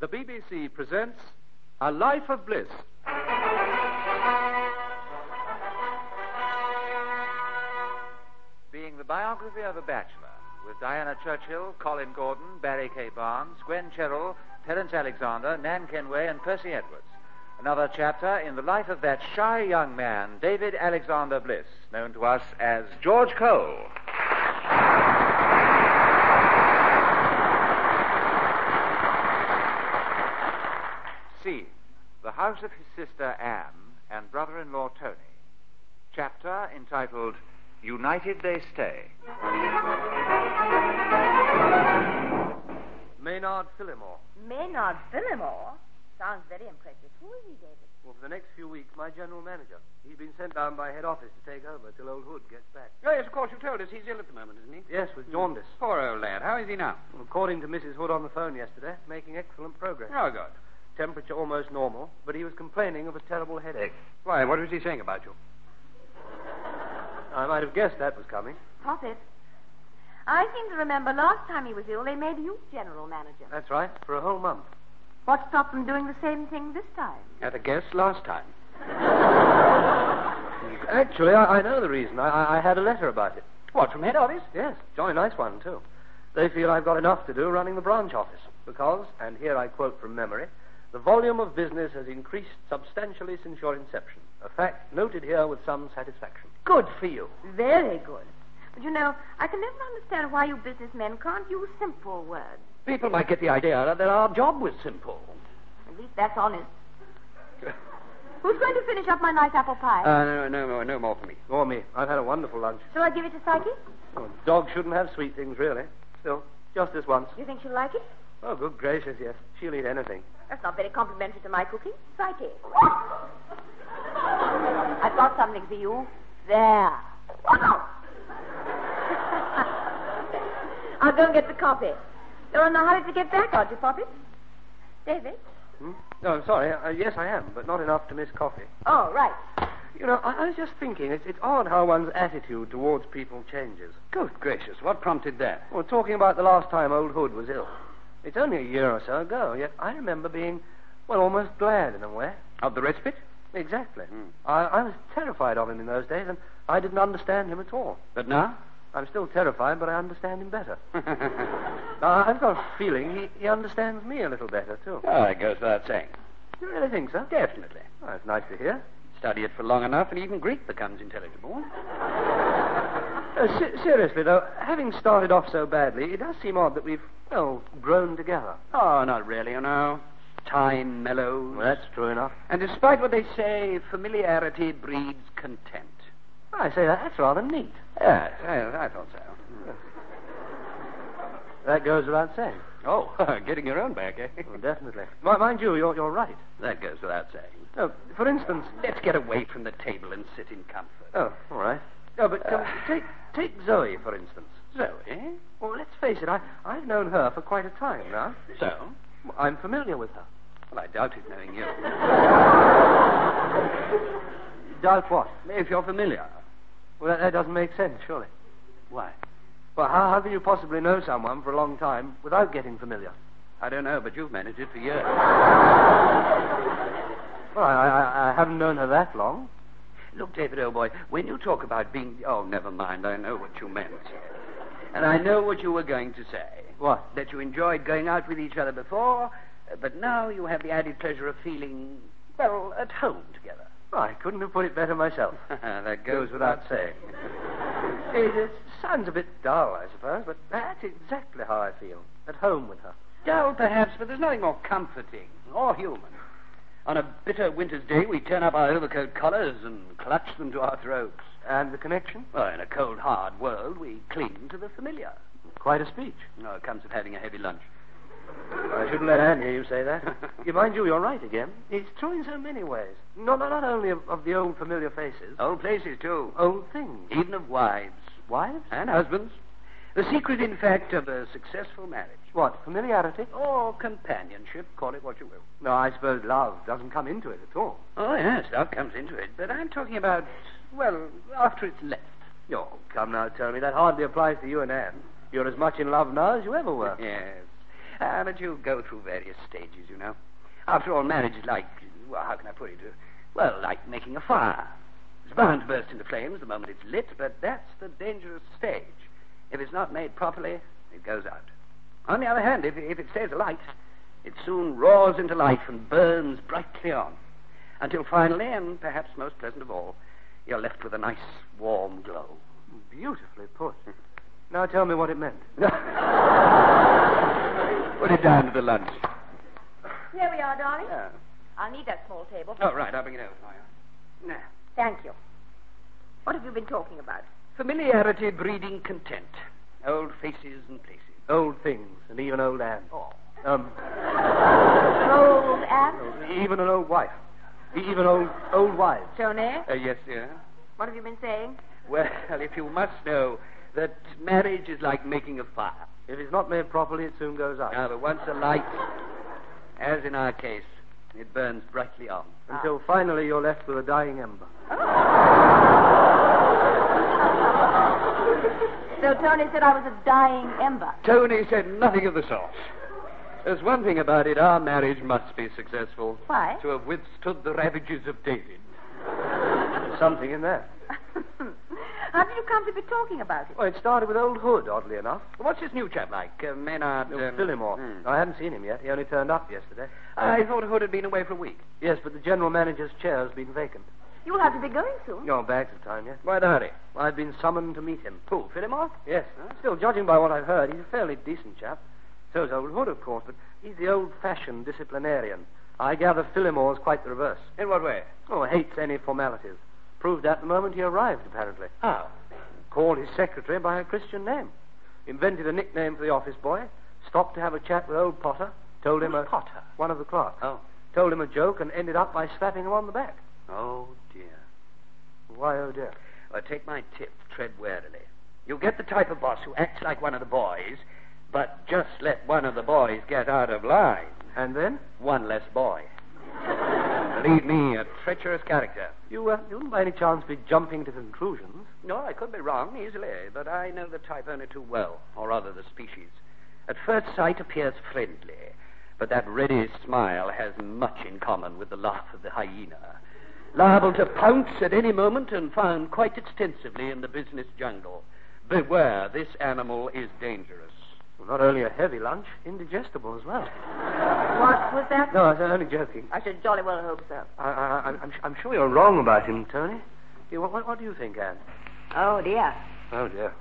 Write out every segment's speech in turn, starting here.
the BBC presents A Life of Bliss. Being the biography of a bachelor, with Diana Churchill, Colin Gordon, Barry K. Barnes, Gwen Cheryl, Terence Alexander, Nan Kenway, and Percy Edwards. Another chapter in the life of that shy young man, David Alexander Bliss, known to us as George Cole. C. The House of His Sister Anne and Brother in Law Tony. Chapter entitled United They Stay. Maynard Fillimore. Maynard Fillimore? Sounds very impressive. Who is he, David? Well, for the next few weeks, my general manager. He's been sent down by head office to take over till old Hood gets back. Oh, yes, of course, you told us he's ill at the moment, isn't he? Yes, with jaundice. Poor old lad. How is he now? Well, According to Mrs. Hood on the phone yesterday, making excellent progress. Oh, good. Temperature almost normal, but he was complaining of a terrible headache. Why, what was he saying about you? I might have guessed that was coming. Poppet. I seem to remember last time he was ill, they made you general manager. That's right, for a whole month. What stopped them doing the same thing this time? Had a guess last time. Actually, I, I know the reason. I, I, I had a letter about it. What, from head office? Yes, jolly nice one, too. They feel I've got enough to do running the branch office because, and here I quote from memory, the volume of business has increased substantially since your inception. A fact noted here with some satisfaction. Good for you. Very good. But you know, I can never understand why you businessmen can't use simple words. People might get the idea that our job was simple. At least that's honest. Who's going to finish up my nice apple pie? Uh, no, no, no, no more for me. Or me. I've had a wonderful lunch. Shall I give it to Psyche? Well, dogs shouldn't have sweet things, really. Still, just this once. Do you think she'll like it? Oh, good gracious, yes. She'll eat anything. That's not very complimentary to my cooking. Psyche. I've got something for you. There. I'll go and get the copy. You're in a hurry to get back, aren't you, Poppet? David? Hmm? No, I'm sorry. Uh, yes, I am, but not enough to miss coffee. Oh, right. You know, I, I was just thinking, it's, it's odd how one's attitude towards people changes. Good gracious, what prompted that? Well, talking about the last time old Hood was ill. It's only a year or so ago, yet I remember being, well, almost glad in a way. Of the respite? Exactly. I, I was terrified of him in those days, and I didn't understand him at all. But now? I'm still terrified, but I understand him better. Now, I've got a feeling he, he understands me a little better, too. Oh, it goes without saying. You really think so? Definitely. Well, that's nice to hear. Study it for long enough, and even Greek becomes intelligible. Uh, se- seriously, though, having started off so badly, it does seem odd that we've, well, grown together. Oh, not really, you know. Time mellows. Well, that's true enough. And despite what they say, familiarity breeds content. I say, that, that's rather neat. Yes, I, I thought so. That goes without saying. Oh, getting your own back, eh? Well, definitely. Mi- mind you, you're, you're right. That goes without saying. Oh, for instance... Let's get away from the table and sit in comfort. Oh, all right. No, but um, Uh. take, take Zoe, for instance. Zoe? Well, let's face it, I, I've known her for quite a time now. So? I'm familiar with her. Well, I doubt it, knowing you. Doubt what? If you're familiar. Well, that, that doesn't make sense, surely. Why? Well, how, how can you possibly know someone for a long time without getting familiar? I don't know, but you've managed it for years. Well, I, I, I haven't known her that long. Look, David, old boy, when you talk about being. Oh, never mind. I know what you meant. And I know what you were going to say. What? That you enjoyed going out with each other before, uh, but now you have the added pleasure of feeling, well, at home together. Well, I couldn't have put it better myself. that goes without saying. it, it sounds a bit dull, I suppose, but that's exactly how I feel. At home with her. Dull, perhaps, but there's nothing more comforting or human. On a bitter winter's day, we turn up our overcoat collars and clutch them to our throats. And the connection? Well, in a cold, hard world, we cling to the familiar. Quite a speech. No, it comes of having a heavy lunch. I shouldn't let Anne hear you say that. you mind you, you're right again. It's true in so many ways. Not, not, not only of, of the old familiar faces, Old places, too. old things. Even of wives Wives? and husbands. The secret, in fact, of a successful marriage. What? Familiarity? Or companionship, call it what you will. No, I suppose love doesn't come into it at all. Oh, yes, love comes into it. But I'm talking about, well, after it's left. Oh, come now, Tony. That hardly applies to you and Anne. You're as much in love now as you ever were. Yes. Ah, but you go through various stages, you know. After all, marriage is like, well, how can I put it? Uh, Well, like making a fire. It's bound to burst into flames the moment it's lit, but that's the dangerous stage. If it's not made properly, it goes out. On the other hand, if, if it stays alight, it soon roars into life and burns brightly on. Until finally, and perhaps most pleasant of all, you're left with a nice warm glow. Beautifully put. Now tell me what it meant. Put it down to the lunch. Here we are, darling. Yeah. I'll need that small table. Oh, right, I'll bring it over for you. Now, Thank you. What have you been talking about? familiarity breeding content. Old faces and places. Old things, and even old Anne. Oh. Um, Old Anne? even an old wife. Even old old wives. Tony, Uh, yes, dear. what have you been saying? Well, if you must know that marriage is like making a fire. If it's not made properly, it soon goes out. Now, but once alight, as in our case, it burns brightly on. Until finally you're left with a dying ember. So Tony said I was a dying ember. Tony said nothing of the sort. There's one thing about it our marriage must be successful. Why? To have withstood the ravages of David. There's something in there. How did you come to be talking about it? Well, it started with old Hood, oddly enough. What's this new chap like? Uh, Maynard. Phillimore. um, hmm. I haven't seen him yet. He only turned up yesterday. Uh, I thought Hood had been away for a week. Yes, but the general manager's chair has been vacant. You'll have to be going soon. You're bags of time, yeah? Why the hurry? I've been summoned to meet him. Who, Philemon? Yes. Still, judging by what I've heard, he's a fairly decent chap. So's old Hood, of course, but he's the old-fashioned disciplinarian. I gather Phillimore's quite the reverse. In what way? Oh, hates any formalities. Proved that the moment he arrived, apparently. How? Called his secretary by a Christian name. Invented a nickname for the office boy. Stopped to have a chat with old Potter. Told him Who's a... Potter? One of the clerks. Oh. Told him a joke and ended up by slapping him on the back. Oh, dear. Why, oh dear. Well, take my tip. Tread warily. You'll get the type of boss who acts like one of the boys, but just let one of the boys get out of line. And then? One less boy. Believe me, a treacherous character. You, uh, you wouldn't by any chance be jumping to conclusions. No, I could be wrong easily, but I know the type only too well, or rather the species. At first sight appears friendly, but that ready smile has much in common with the laugh of the hyena, liable to pounce at any moment and found quite extensively in the business jungle. Beware, this animal is dangerous. Well, not only a heavy lunch, indigestible as well. What was that? No, I'm only joking. I should jolly well hope so. I, I, I'm, I'm, I'm sure you're wrong about him, Tony. You, what, what, what do you think, Anne? Oh, dear. Oh, dear.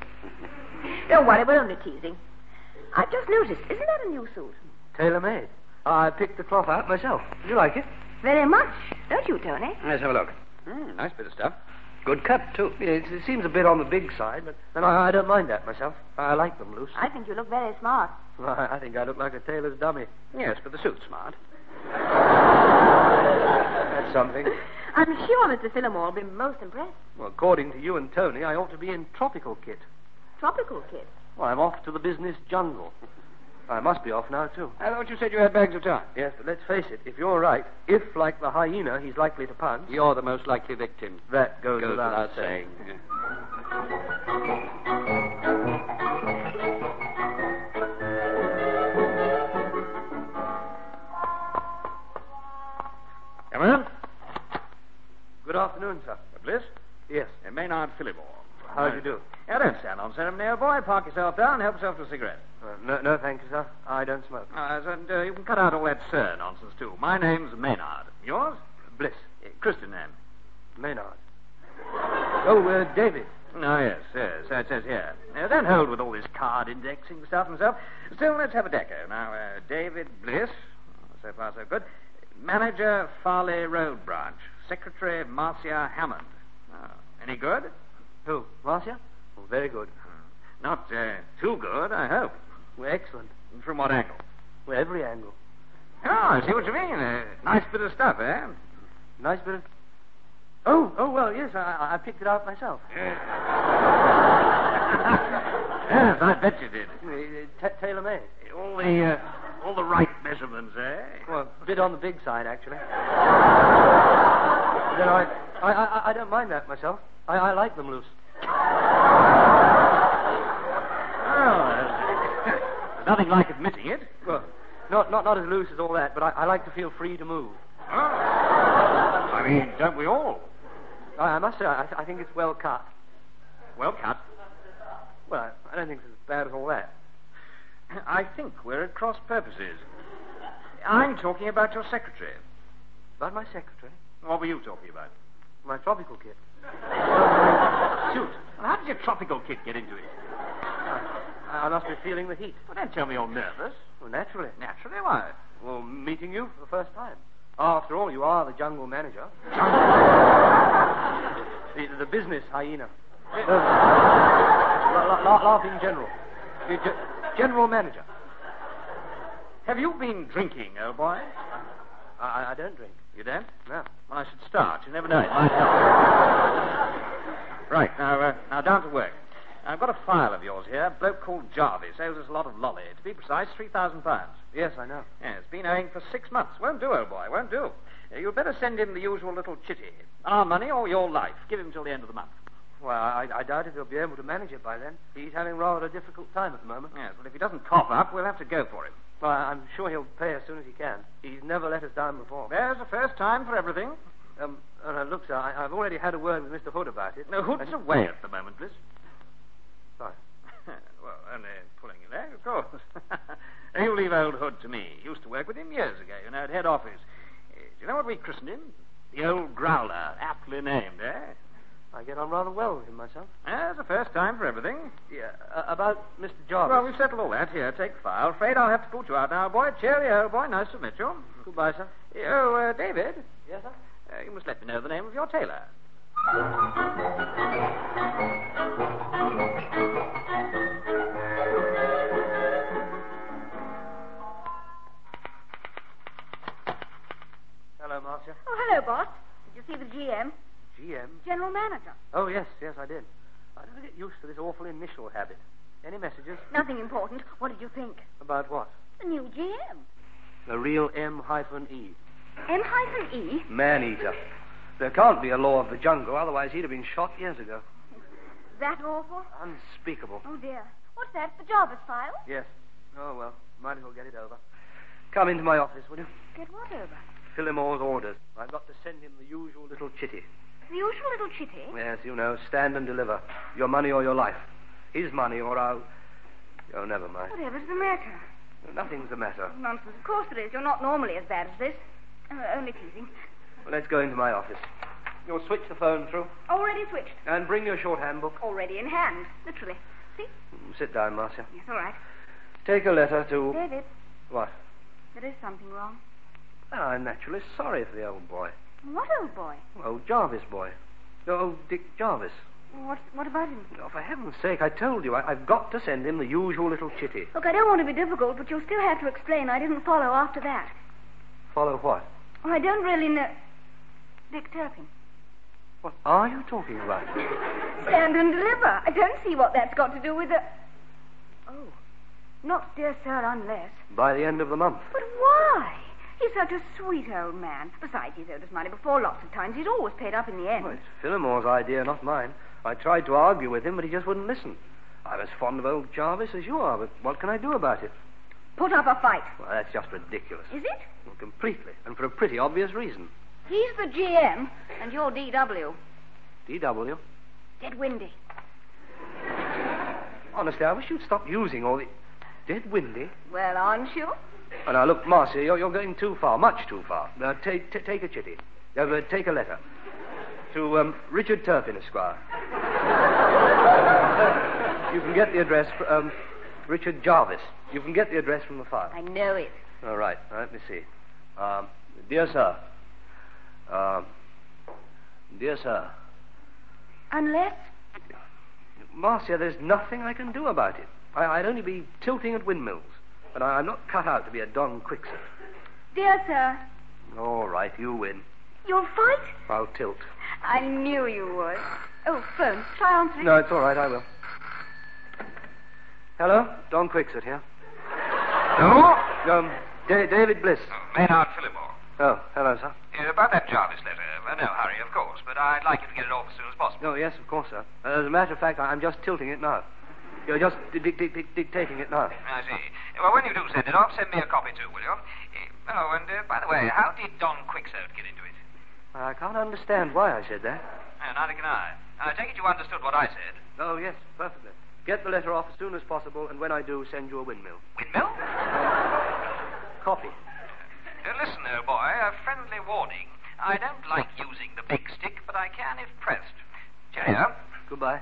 Don't worry, we're only teasing. I've just noticed. Isn't that a new suit? Tailor-made. I picked the cloth out myself. Do you like it? Very much, don't you, Tony? Let's have a look. Hmm, nice bit of stuff. Good cut, too. It, it seems a bit on the big side, but then I, I don't mind that myself. I like them loose. I think you look very smart. I, I think I look like a tailor's dummy. Yes, but the suit's smart. That's something. I'm sure Mr. Phillimore will be most impressed. Well, according to you and Tony, I ought to be in tropical kit. Tropical kid. Well, I'm off to the business jungle. I must be off now, too. I thought you said you had bags of time. Yes, but let's face it. If you're right, if, like the hyena, he's likely to pounce, You're the most likely victim. that goes, Goes without saying. Come in. Good afternoon, sir. Bliss? Yes. Uh, Maynard Phillimore. How do you do? Yeah, don't stand on ceremony, old boy. Park yourself down. Help yourself to a cigarette. Uh, no, no, thank you, sir. I don't smoke. Uh, so, and, uh, you can cut out all that sir nonsense, too. My name's Maynard. Yours? Bliss. Uh, Christian name. Maynard. oh, uh, David. Oh, yes, yes. So it says here. Now, don't hold with all this card indexing stuff and stuff. Still, let's have a deco. Now, uh, David Bliss, so far so good. Manager, Farley Road Branch. Secretary, Marcia Hammond. Oh, any good? Who? Marcia? Oh, very good. Not uh, too good, I hope. We're excellent. From what angle? We're every angle. Oh, I see what you mean. Uh, nice bit of stuff, eh? Nice bit of... Oh, oh, well, yes, I, I picked it out myself. yes, I bet you did. Uh, ta tailor-made. All the, uh, all the right measurements, eh? Well, a bit on the big side, actually. you know, I, I, I, I don't mind that myself. I, I like them loose. Oh, there's Nothing like admitting it. Well, not, not, not as loose as all that, but I, I like to feel free to move. Oh. I mean, don't we all? I, I must say, I, I think it's well cut. Well cut. Well, I, I don't think it's as bad as all that. I think we're at cross purposes. I'm talking about your secretary. About my secretary, What were you talking about? my tropical kit. Shoot. Well, how did your tropical kit get into it? I, I must be feeling the heat. Well, don't tell me you're nervous. Well, naturally. Naturally, why? Well, meeting you for the first time. After all, you are the jungle manager. the, the business hyena. Uh, la- la- la- laughing general. The ge- general manager. Have you been drinking, oh boy? I, I don't drink. You don't? No. Well, I should start. You never know. Oh, It might help. right, now, uh, now down to work. I've got a file of yours here. A bloke called Jarvis owes us a lot of lolly. To be precise, £3,000. Yes, I know. Yeah, it's been owing for six months. Won't do, old boy. Won't do. Uh, You'd better send him the usual little chitty. Our money or your life. Give him till the end of the month. Well, I, I doubt if he'll be able to manage it by then. He's having rather a difficult time at the moment. Yes, well, if he doesn't cough up, we'll have to go for him. Well, I- I'm sure he'll pay as soon as he can. He's never let us down before. There's the first time for everything. Um, uh, no, look, sir, I, I've already had a word with Mr. Hood about it. No, Hood's away at the moment, Bliss. Sorry. well, only pulling you there, of course. you leave old Hood to me. Used to work with him years ago, you know, at head office. Uh, Do you know what we christened him? The old growler, aptly named, eh? I get on rather well with him myself. There's the first time for everything. Yeah, uh, about Mr. Jarvis. Well, we've settled all that. Here, take the file. Afraid I'll have to put you out now, boy. Cheerio, boy. Nice to meet you. Goodbye, sir. Oh, uh, David, Yes, sir. uh, you must let me know the name of your tailor. Hello, Marcia. Oh, hello, boss. Did you see the GM? GM. General manager. Oh, yes, yes, I did. I don't get used to this awful initial habit. Any messages? Nothing important. What did you think? About what? The new GM. The real M hyphen E. M hyphen E. Man eater. There can't be a law of the jungle, otherwise he'd have been shot years ago. That awful? Unspeakable. Oh, dear. What's that? The Jarvis file? Yes. Oh, well, might as well get it over. Come into my office, will you? Get what over? Fillmore's orders. I've got to send him the usual little chitty. The usual little chitty. Yes, you know, stand and deliver. Your money or your life. His money or I'll... Oh, never mind. Whatever's the matter? Nothing's the matter. Nonsense. Of course there is. You're not normally as bad as this. Uh, only teasing. Well, let's go into my office. You'll switch the phone through Already switched. and bring your shorthand book. Already in hand. Literally. See? Sit down, Marcia. Yes, all right. Take a letter to. David, What? there is something wrong. Well, Ah, I'm naturally sorry for the old boy. What, old boy? Old Jarvis boy. Old Dick Jarvis. What, what about him? Oh, for heaven's sake, I told you, I, I've got to send him the usual little chitty. Look, I don't want to be difficult, but you'll still have to explain. I didn't follow after that. Follow what? Well, I don't really know. Dick Turpin. What are you talking about? Stand and deliver. I don't see what that's got to do with the. Oh. Not dear sir, unless. By the end of the month. But why? He's such a sweet old man. Besides, he's owed us money before lots of times. He's always paid up in the end. Well, it's Fillmore's idea, not mine. I tried to argue with him, but he just wouldn't listen. I'm as fond of old Jarvis as you are, but what can I do about it? Put up a fight. Well, that's just ridiculous. Is it? Well, completely, and for a pretty obvious reason. He's the GM, and you're DW. DW. Dead windy. Honestly, I wish you'd stop using all the. Dead windy. Well, aren't you? Oh, now, look, Marcia, you're, you're going too far, much too far. Now, take, t- take a chitty. Uh, uh, take a letter. To um, Richard Turpin, Esquire. you can get the address from um, Richard Jarvis. You can get the address from the file. I know it. All right, now, let me see. Um, dear sir. Um, dear sir. Unless. Marcia, there's nothing I can do about it. I, I'd only be tilting at windmills. And I, I'm not cut out to be a Don Quixote. Dear sir, All right, you win. you'll fight? I'll tilt. I knew you would. Oh, phone. Try answering. No, it's all right, I will. Hello? Don Quixote here. No? Um, da- David Bliss. Uh, Maynard Fillimore. Oh, hello, sir. Uh, about that Jarvis letter. Uh, no hurry, of course, but I'd like you to get it off as soon as possible. Oh, yes, of course, sir. Uh, as a matter of fact, I- I'm just tilting it now. You're just di- di- di- di- dictating it now. I see. Well, when you do send it off, send me a copy too, will you? Eh, Oh, and uh, by the way, how did Don Quixote get into it? I can't understand why I said that. Uh, neither can I. I take it you understood what I said. Oh, yes, perfectly. Get the letter off as soon as possible, and when I do, send you a windmill. Windmill? Copy. Uh, listen, old boy, a friendly warning. I don't like using the big stick, but I can if pressed. Oh, Cheerio. Goodbye.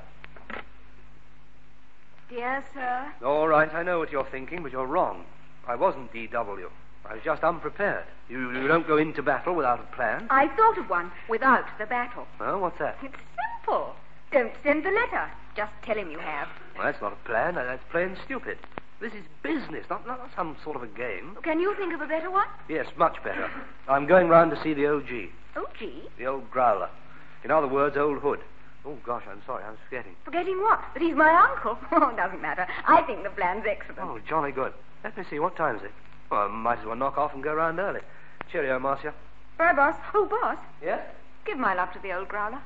Dear sir. All right, I know what you're thinking, but you're wrong. I wasn't DW. I was just unprepared. You, you don't go into battle without a plan. I thought of one without the battle. Oh, what's that? It's simple. Don't send the letter. Just tell him you have. Well, that's not a plan. That's plain stupid. This is business, not, not some sort of a game. Can you think of a better one? Yes, much better. I'm going round to see the OG, Oh, gee. the old growler. In other words, old hood. Oh, gosh, I'm sorry. I'm forgetting. Forgetting what? That he's my uncle. Oh, doesn't matter. I think the plan's excellent. Oh, jolly good. Let me see. What time is it? Well, I might as well knock off and go round early. Cheerio, Marcia. Bye, boss. Oh, boss. Yes? Give my love to the old growler.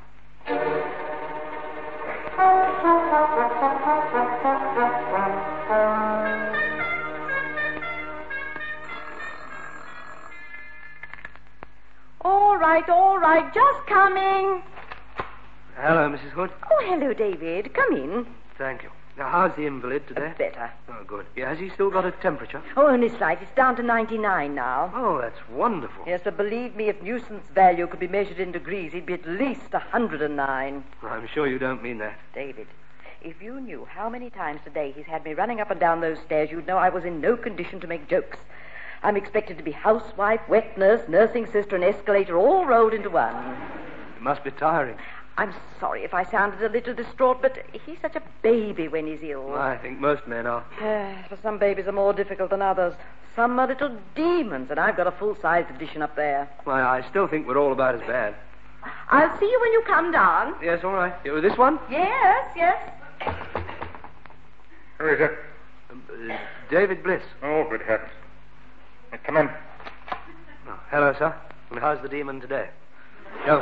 All right, all right, just coming. Hello, Mrs. Hood. Oh, hello, David. Come in. Thank you. Now, how's the invalid today? Better. Oh, good. Yeah, has he still got a temperature? Oh, only slight. It's down to 99 now. Oh, that's wonderful. Yes, but believe me, if nuisance value could be measured in degrees, he'd be at least 109. I'm sure you don't mean that. David, if you knew how many times today he's had me running up and down those stairs, you'd know I was in no condition to make jokes. I'm expected to be housewife, wet nurse, nursing sister, and escalator all rolled into one. It must be tiring. I'm sorry if I sounded a little distraught, but he's such a baby when he's ill. I think most men are. Ah, but some babies are more difficult than others. Some are little demons, and I've got a full-sized edition up there. Why, I still think we're all about as bad. I'll see you when you come down. Yes, all right. You- this one? Yes, yes. Who is it? Um, uh, David Bliss. Oh, good heavens. Uh, Come in. Oh, hello, sir. And how's the demon today? Yeah.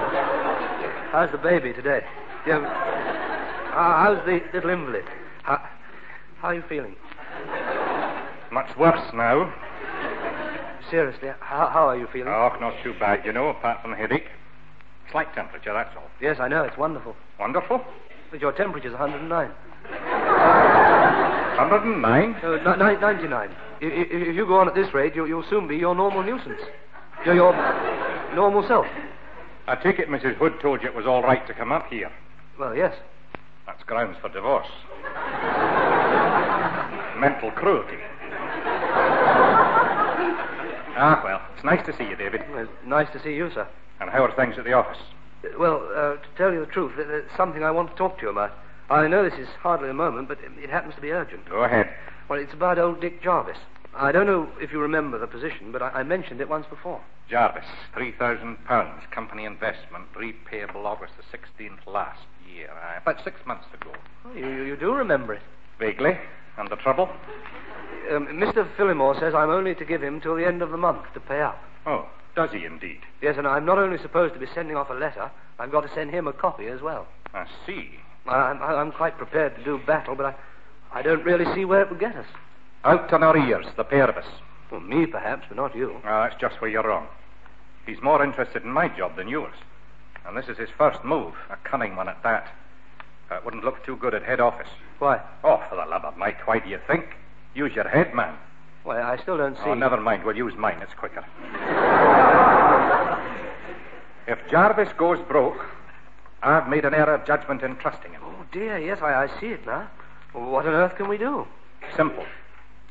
how's the baby today? Yeah. Uh, how's the little invalid? How, how are you feeling? Much worse now. Seriously, how, how are you feeling? Oh, not too bad, you know, apart from the headache. Slight temperature, that's all. Yes, I know. It's wonderful. Wonderful. But your temperature's 109. 109. Oh, No, Uh, ni- ni- 99. I- i- If you go on at this rate, you- you'll soon be your normal nuisance. You're your normal self. I take it Mrs. Hood told you it was all right to come up here. Well, yes. That's grounds for divorce. Mental cruelty. ah, well, it's nice to see you, David. Well, nice to see you, sir. And how are things at the office? Uh, Well, uh, to tell you the truth, there- there's something I want to talk to you about. I know this is hardly a moment, but it- it happens to be urgent. Go ahead. Well, it's about old Dick Jarvis. I don't know if you remember the position, but I, I mentioned it once before. Jarvis, £3,000. Company investment, repayable August the 16th last year. Uh, about six months ago. Oh, you, you, you do remember it. Vaguely. And the trouble? Um, Mr. Fillimore says I'm only to give him till the end of the month to pay up. Oh, does he indeed? Yes, and I'm not only supposed to be sending off a letter, I've got to send him a copy as well. I see. I- I'm, I'm quite prepared to do battle, but I, I don't really see where it would get us. Out on our ears, the pair of us. Well, me perhaps, but not you. Ah, that's just where you're wrong. He's more interested in my job than yours. And this is his first move, a cunning one at that. Uh, It wouldn't look too good at head office. Why? Oh, for the love of Mike, why do you think? Use your head, man. Why, I still don't see. Oh, never mind. We'll use mine. It's quicker. if Jarvis goes broke, I've made an error of judgment in trusting him. Oh dear, yes, I, I see it now. Well, what on earth can we do? Simple.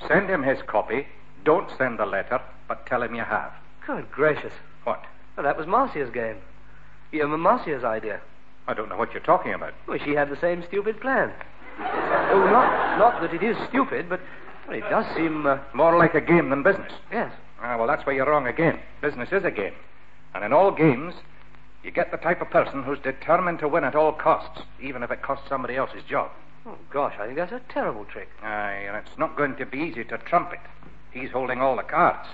Send him his copy. Don't send the letter, but tell him you have. Good gracious. What? Well, that was Marcia's game. Yeah, Ma- Marcia's idea. I don't know what you're talking about. Well, she had the same stupid plan. oh, not, not that it is stupid, but well, it does seem. Uh, More like a game than business. yes. Ah, well, that's where you're wrong again. Business is a game. And in all games, you get the type of person who's determined to win at all costs, even if it costs somebody else's job. Oh, gosh, I think that's a terrible trick. Aye, and it's not going to be easy to trump it. He's holding all the cards.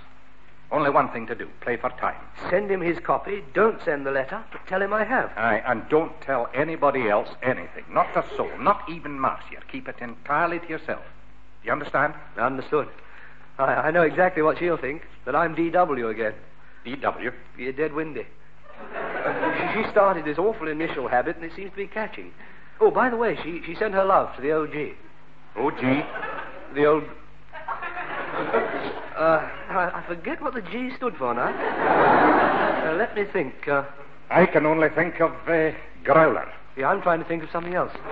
Only one thing to do play for time. Send him his copy. Don't send the letter, but tell him I have. Aye, and don't tell anybody else anything. Not a soul, not even Marcia. Keep it entirely to yourself. You understand? Understood. I, I know exactly what she'll think. That I'm DW again. D.W. Uh, You're dead windy. she started this awful initial habit, and it seems to be catching. Oh, by the way, she, she sent her love to the OG. O.G. The old. Uh, I, I forget what the G stood for now. Uh, let me think. Uh, I can only think of uh, Growler. yeah, I'm trying to think of something else. That's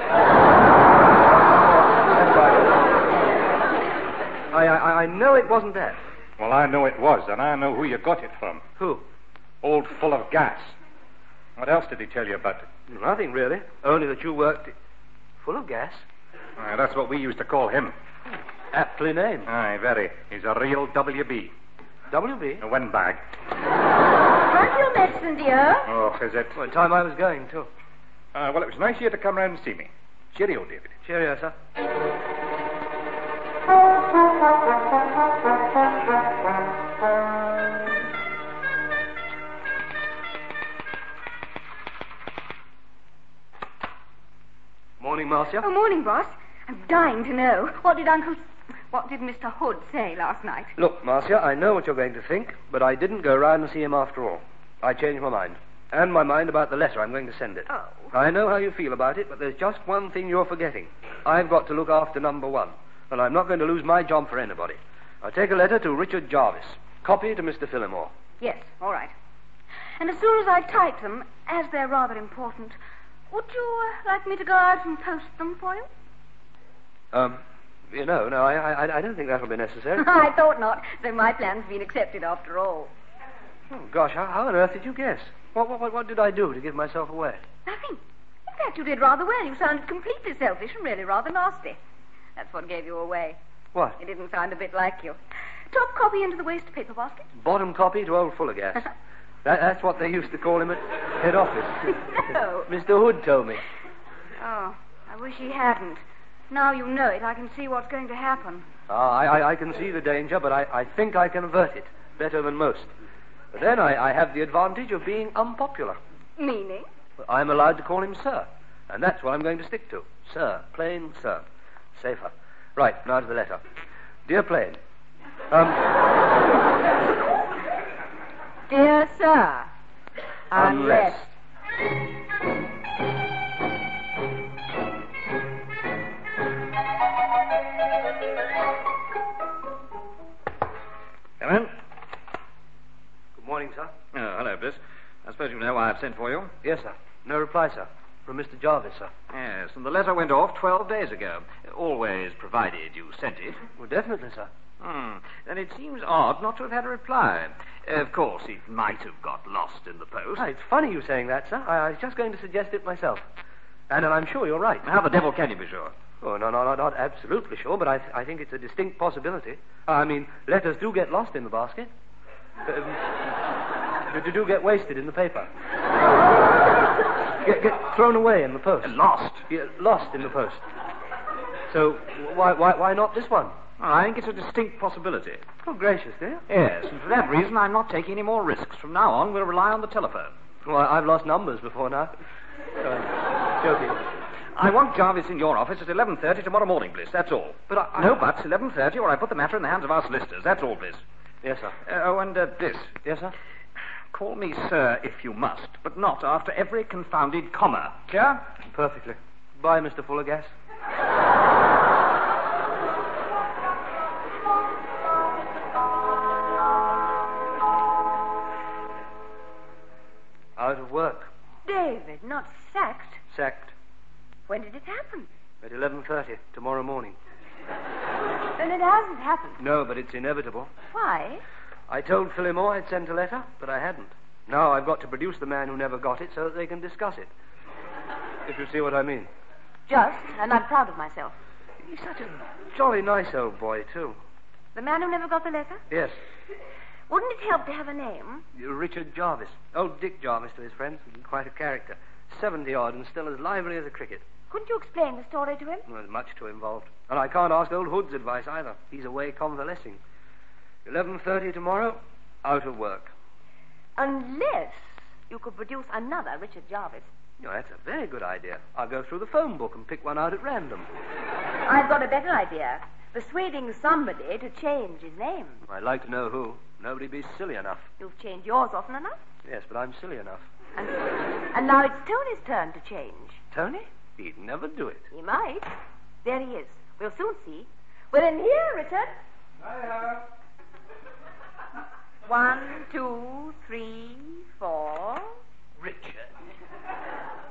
right. I, I, I know it wasn't that. Well, I know it was, and I know who you got it from. Who? Old full of gas. What else did he tell you about it? Nothing really. Only that you worked full of gas. Aye, that's what we used to call him. Aptly named. Aye, very. He's a real WB. WB. A windbag. Run your medicine, dear. Oh, is it? Well, time I was going too. Uh, well, it was nice of you to come round and see me. Cheerio, David. Cheerio, sir. Morning, Marcia. Oh, morning, boss. I'm dying to know. What did Uncle. What did Mr. Hood say last night? Look, Marcia, I know what you're going to think, but I didn't go round and see him after all. I changed my mind. And my mind about the letter. I'm going to send it. Oh. I know how you feel about it, but there's just one thing you're forgetting. I've got to look after number one, and I'm not going to lose my job for anybody. I'll take a letter to Richard Jarvis. Copy to Mr. Fillimore. Yes, all right. And as soon as I type them, as they're rather important, would you uh, like me to go out and post them for you? Um, you know, no, I, I, I don't think that'll be necessary. I thought not, though my plan's been accepted after all. oh, gosh, how, how on earth did you guess? What, what, what- what did I do to give myself away? Nothing. In fact, you did rather well. You sounded completely selfish and really rather nasty. That's what gave you away. What? It didn't sound a bit like you. Top copy into the waste paper basket. Bottom copy to old Fullergas. that, that's what they used to call him at head office. No. Mr. Hood told me. Oh, I wish he hadn't. Now you know it, I can see what's going to happen. Ah, I, I, I can see the danger, but I, I think I can avert it better than most. But then I, I have the advantage of being unpopular. Meaning? I'm allowed to call him Sir, and that's what I'm going to stick to. Sir, plain Sir. Safer. Right, now to the letter. Dear Plain. Um, Dear sir, Uh, unless. Come in. Good morning, sir. Oh, hello, Bliss. I suppose you know why I've sent for you. Yes, sir. No reply, sir. From Mr. Jarvis, sir. Yes, and the letter went off 12 days ago. Always provided you sent it. Well, definitely, sir. Hmm. Then it seems odd not to have had a reply. Of course, it might have got lost in the post. Ah, it's funny you saying that, sir. I, I was just going to suggest it myself. And I'm sure you're right. How the devil can you be sure? Oh, no, no, no, not absolutely sure, but I, th- I think it's a distinct possibility. Ah, I mean, letters do get lost in the basket. Um, do, do get wasted in the paper. Get, get thrown away in the post. Lost. Yeah, lost in the post. So, why, why, why not this one? Well, I think it's a distinct possibility. Oh, gracious, dear. Yes, and for that reason, I'm not taking any more risks. From now on, we'll rely on the telephone. Well, I've lost numbers before now. Uh, joking. I want Jarvis in your office at 11.30 tomorrow morning, Bliss. That's all. But I- I- No buts. 11.30 or I put the matter in the hands of our solicitors. That's all, Bliss. Yes, sir. Uh, oh, and uh, this. Yes, sir? Call me sir if you must, but not after every confounded comma. Clear? Perfectly. Bye, Mr. Fullergas. Out of work, David, not sacked. sacked When did it happen? at 11:30 tomorrow morning. Then it hasn't happened. No, but it's inevitable. Why? I told Fillimore I'd sent a letter, but I hadn't. Now I've got to produce the man who never got it so that they can discuss it. If you see what I mean. just, and I'm proud of myself. He's such a jolly nice old boy, too. The man who never got the letter? Yes, Uh, Wouldn't it help to have a name? Richard Jarvis. Old Dick Jarvis to his friends. Quite a character. 70 odd and still as lively as a cricket. Couldn't you explain the story to him? Well, There's much too involved. And I can't ask old Hood's advice either. He's away convalescing. 11.30 tomorrow. out of work. Unless you could produce another Richard Jarvis. You know, that's a very good idea. I'll go through the phone book and pick one out at random. I've got a better idea. Persuading somebody to change his name. I'd like to know who. Nobody be silly enough. You've changed yours often enough. Yes, but I'm silly enough. And, and now it's Tony's turn to change. Tony? He'd never do it. He might. There he is. We'll soon see. We're in here, Richard. One, two, three, four.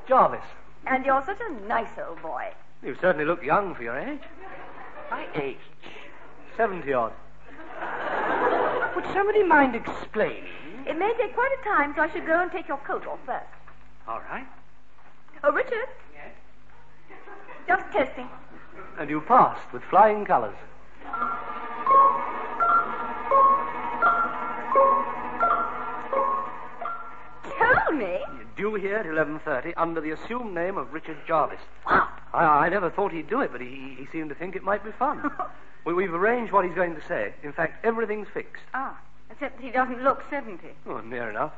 Jarvis, And you're such a nice old boy. you certainly look young for your age. My age? Seventy odd. Would somebody mind explaining? It may take quite a time, so I should go and take your coat off first. All right. Oh, Richard. Yes. Just testing. And you passed with flying colors. Tony. Due here at 11.30 under the assumed name of Richard Jarvis. I, I never thought he'd do it, but he, he seemed to think it might be fun. we, we've arranged what he's going to say. In fact, everything's fixed. Ah, except he doesn't look 70. Oh, near enough.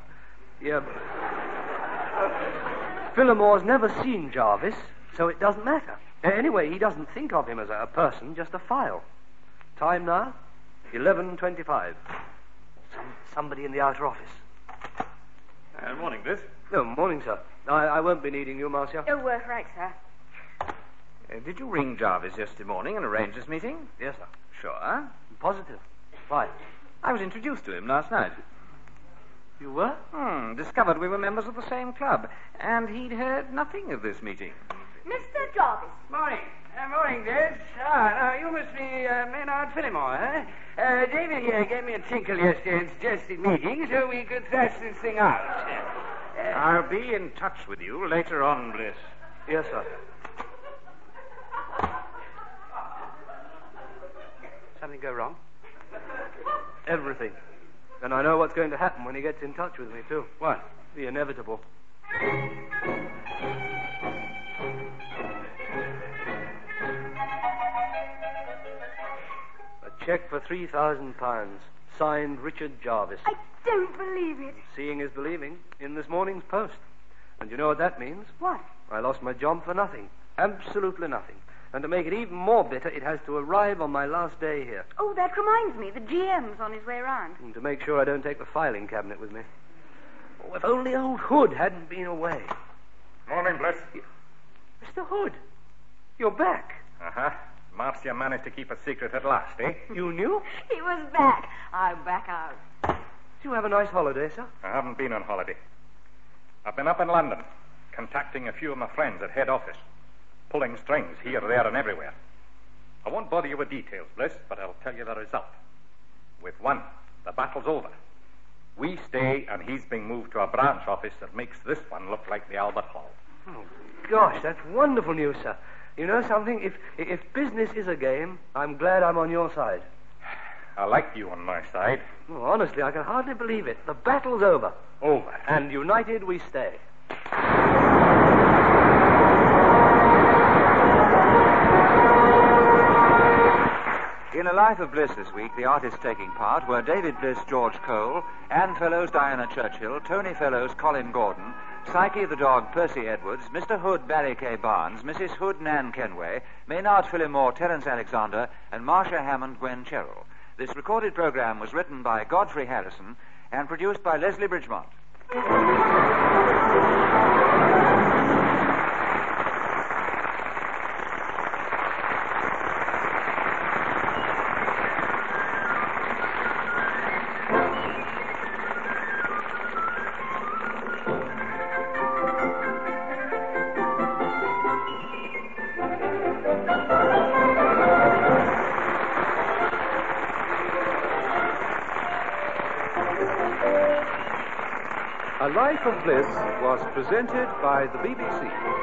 Yeah. but- Fillmore's never seen Jarvis, so it doesn't matter. A- Anyway, he doesn't think of him as a a person, just a file. Time now? 11.25. Some, somebody in the outer office. Uh, morning, Bliss. Oh, morning, sir. I, I won't be needing you, Marcia. Oh, uh, right, sir. Uh, did you ring Jarvis yesterday morning and arrange this meeting? Yes, sir. Sure. Positive. Why? I was introduced to him last night. You were? Hmm, discovered we were members of the same club, and he'd heard nothing of this meeting. Mr. Jarvis. Morning. Uh, morning, Des. Ah, no, you must be uh, Maynard Fillmore, huh? Uh, David here gave me a tinkle yesterday and suggested meeting so we could thrash this thing out. I'll be in touch with you later on, Bliss. Yes, sir. Something go wrong? Everything. And I know what's going to happen when he gets in touch with me, too. What? The inevitable. A check for £3,000, signed Richard Jarvis. I don't believe it. Seeing is believing, in this morning's post. And you know what that means? What? I lost my job for nothing. Absolutely nothing. And to make it even more bitter, it has to arrive on my last day here. Oh, that reminds me. The GM's on his way round. And to make sure I don't take the filing cabinet with me. Oh, if only old Hood hadn't been away. Morning, Bliss. Mr. Hood, you're back. Uh Uh-huh. huh. Marcia managed to keep a secret at last, eh? You knew? He was back. I'm back out. Did you have a nice holiday, sir? I haven't been on holiday. I've been up in London, contacting a few of my friends at head office, pulling strings here, there, and everywhere. I won't bother you with details, Bliss, but I'll tell you the result. With one, the battle's over. We stay, and he's being moved to a branch office that makes this one look like the Albert Hall. Oh, gosh, that's wonderful news, sir. You know something? If, if business is a game, I'm glad I'm on your side. I like you on my side. Oh, honestly, I can hardly believe it. The battle's over. Over. And united we stay. In A Life of Bliss this week, the artists taking part were David Bliss, George Cole, Anne Fellows, Diana Churchill, Tony Fellows, Colin Gordon, Psyche the dog, Percy Edwards, Mr. Hood, Barry K. Barnes, Mrs. Hood, Nan Kenway, Maynard Fillimore, Terence Alexander, and Marcia Hammond, Gwen Cheryl. This recorded program was written by Godfrey Harrison and produced by Leslie Bridgemont. A Life of Bliss was presented by the BBC.